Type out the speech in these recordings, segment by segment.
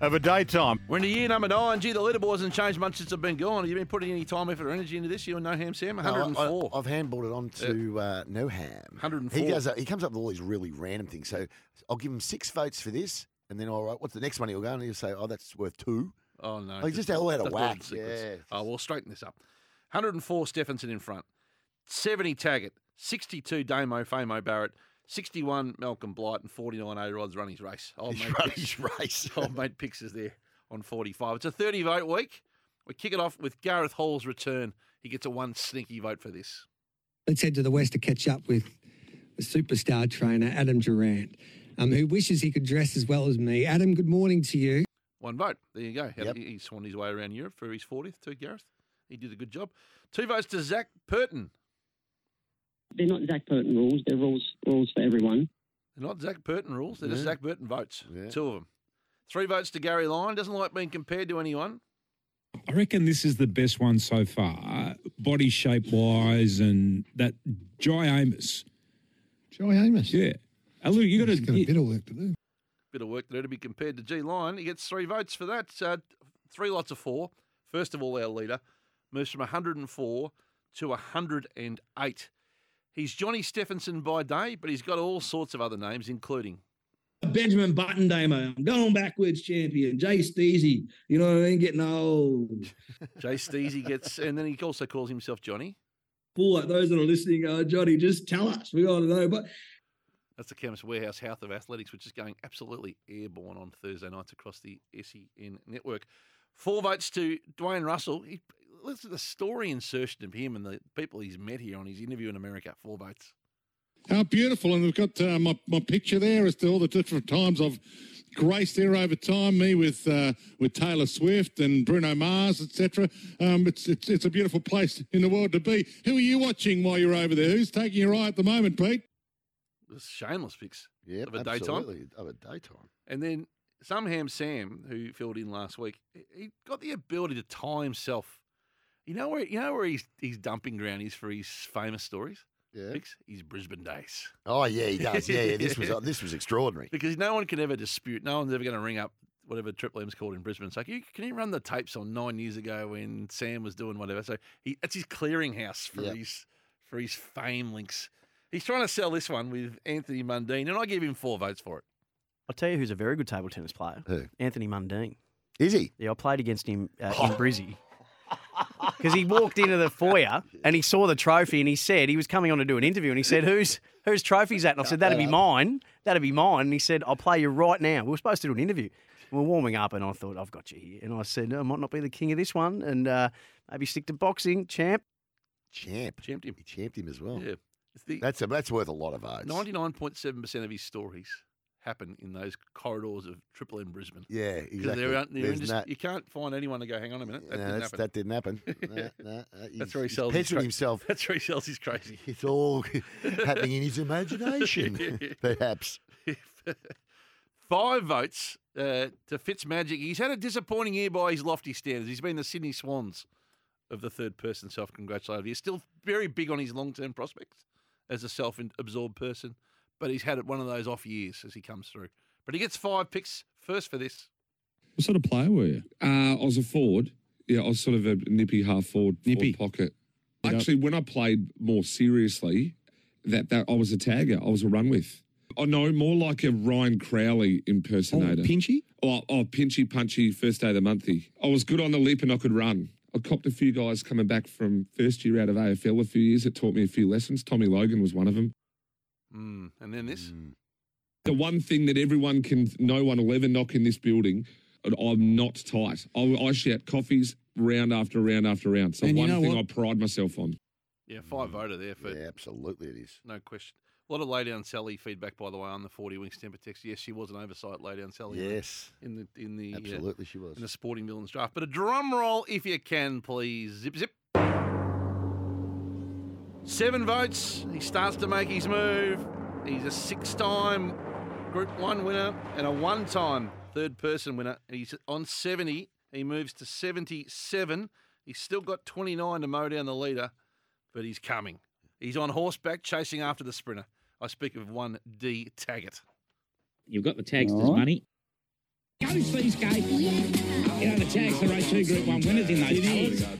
over daytime. We're into year number nine. Gee, the leaderboard hasn't changed much since I've been gone. Have you been putting any time, effort, or energy into this? You and No Ham Sam? No, I- 104. I, have handballed it on to uh, No Ham. 104. He goes. up- He comes up with all these really random things. So I'll give him six votes for this, and then all right, what's the next one? He'll go and he'll say, "Oh, that's worth two. Oh no! Like, just all out of the whack, Gordon sequence. yeah. Oh, we'll straighten this up. 104 Stephenson in front, 70 Taggart, 62 Damo Famo Barrett, 61 Malcolm Blight, and 49 A Rod's run his race. Old He's mate, run picks- his race. old mate picks is there on 45. It's a 30 vote week. We kick it off with Gareth Hall's return. He gets a one sneaky vote for this. Let's head to the west to catch up with the superstar trainer Adam Durant, um, who wishes he could dress as well as me. Adam, good morning to you. One vote. There you go. He- Yep. He swanned his way around Europe for his 40th to Gareth. He did a good job. Two votes to Zach Purton. They're not Zach Purton rules. They're rules rules for everyone. They're not Zach Burton rules. They're just Yeah. Zach Burton votes. Yeah. Two of them. Three votes to Gary Lyon. Doesn't like being compared to anyone. I reckon this is the best one so far, body shape wise, and that Jai Amos. Joey Amos. Yeah. Uh, look, you got He's got a to. bit of work to do. Bit of work there to be compared to G Lyon. He gets three votes for that. Uh, three lots of four. First of all, our leader moves from 104 to 108. He's Johnny Stephenson by day, but he's got all sorts of other names, including Benjamin Button Damo, going backwards champion. Jay Steezy, you know what I mean? Getting old. Jay Steezy gets, and then he also calls himself Johnny. Fool, like those that are listening, uh, Johnny, just tell us. We want to know. But That's the Chemist Warehouse Health of Athletics, which is going absolutely airborne on Thursday nights across the SEN network. Four votes to Dwayne Russell. He, listen to the story insertion of him and the people he's met here on his interview in America. Four votes. How beautiful. And we've got uh, my, my picture there as to all the different times I've graced there over time, me with uh, with Taylor Swift and Bruno Mars, etc. Um, it's, it's, it's a beautiful place in the world to be. Who are you watching while you're over there? Who's taking your eye at the moment, Pete? It was shameless picks. Yeah, Of a daytime? absolutely. Of a daytime. And then Sam Ham Sam, who filled in last week, he- he got the ability to tie himself. You know where you know where his his dumping ground is for his famous stories. Yeah. Picks? His Brisbane days. Oh yeah, he does. Yeah, yeah. This was Yeah. this was extraordinary. Because no one can ever dispute, no one's ever going to ring up whatever Triple M's called in Brisbane. It's like, you, can you run the tapes on nine years ago when Sam was doing whatever? So he, that's his clearinghouse for Yep. his for his fame links. He's trying to sell this one with Anthony Mundine, and I give him four votes for it. I'll tell you who's a very good table tennis player. Who? Anthony Mundine. Is he? Yeah, I played against him uh, in Brizzy. Because he walked into the foyer and he saw the trophy and he said he was coming on to do an interview and he said, "Whose whose trophy's that?" And I said, "That'd be Uh, mine. That'd be mine." And he said, "I'll play you right now." We were supposed to do an interview. We We're warming up and I thought, "I've got you here." And I said, "I might not be the king of this one and uh, maybe stick to boxing, champ." Champ. Champed him. He champed him as well. Yeah. It's the That's a, that's worth a lot of votes. 99.7% of his stories happen in those corridors of Triple M Brisbane. Yeah, Because exactly. they're out- they're There's just- no- you can't find anyone to go, hang on a minute. That no, didn't that's- happen. that didn't happen. No, no, no, he's- where he he's sells his picturing cra- himself. That's where he sells his crazy. It's all happening in his imagination, perhaps. Five votes uh, to Fitzmagic. He's had a disappointing year by his lofty standards. He's been the Sydney Swans of the third person self congratulator. He's still very big on his long term prospects as a self absorbed person, but he's had one of those off years as he comes through. But he gets five picks first for this. What sort of player were you? Uh, I was a forward. Yeah, I was sort of a nippy half forward, Nippy. forward pocket. Actually, when I played more seriously, that, that I was a tagger. I was a run with. Oh no, more like a Ryan Crowley impersonator. Pinchy? Oh, oh, pinchy, punchy, first day of the monthy. I was good on the lip and I could run. I copped a few guys coming back from first year out of AFL a few years that taught me a few lessons. Tommy Logan was one of them. Mm, and then this. Mm. The one thing that everyone can, no one will ever knock in this building, and I'm not tight. I, I shout coffees round after round after round. So And you one know thing what? I pride myself on. Mm. Yeah, five voter there for Yeah, absolutely it is. no question. A lot of lay down Sally feedback, by the way, on the 40 Wings temper text. Yes, she was an oversight lay down Sally. in the- Yes. In the, in the uh, Absolutely, she was. in the sporting villains draft. But a drum roll, if you can, please. Zip, zip. Seven votes. He starts to make his move. He's a six time Group 1 winner and a one time third person winner. And he's on 70. He moves to 77. He's still got 29 to mow down the leader, but he's coming. He's on horseback chasing after the sprinter. I speak of one D Taggart. You've got the tags, there's Alright. money. Goes these guys. You know, the tags are two Group 1 winners in those colours.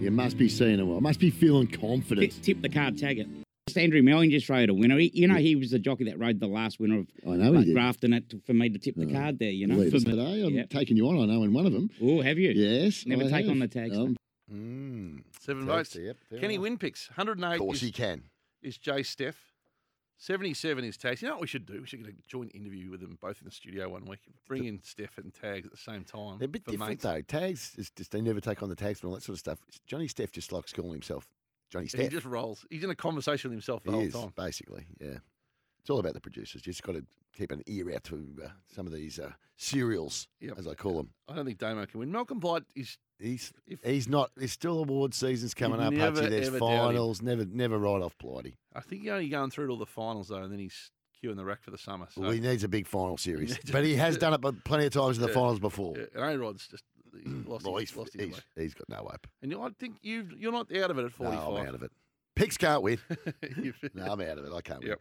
You must be seeing it well. Must be feeling confident. Tip, tip the card, tag it. Just Andrew Melling just rode a winner. He, you know, he was the jockey that rode the last winner of I know he did. Grafton it to- for me to tip the card there, you know. Leaders for today. I'm yeah. taking you on. I know in one of them. Oh, have you? Yes. Never I take have. on the tags. Um, Seven votes. Tags, yep, fair can he enough. win picks? 108 Of course is, he can. is Jay Steph. 77 is Tags. You know what we should do? We should get a joint interview with them both in the studio one week. Bring in Steph and Tags at the same time. They're a bit for different mates. though. Tags is just they never take on the tags and all that sort of stuff. Johnny Steph just likes calling himself Johnny And He Steph. just rolls. He's in a conversation with himself the He whole is, time. basically. Yeah, it's all about the producers. You just got to keep an ear out to uh, some of these uh, serials, as I call them. I don't think Damo can win. Malcolm Blight is. He's if, He's not. There's still award seasons coming up. never, Hutchie. There's ever doubt him. finals. Never, never write off Blighty. I think he's only going through to all the finals though, and then he's queuing the rack for the summer. So Well, he needs a big final series, needs a- but he has done it bu- plenty of times in the Yeah. finals before. Yeah, and A Rod's just he's lost. Well, his, he's, lost his he's, way. he's got no hope. And you, I think you you're not out of it at No, 45. I'm out of it. Picks can't win. no, I'm out of it. I can't win.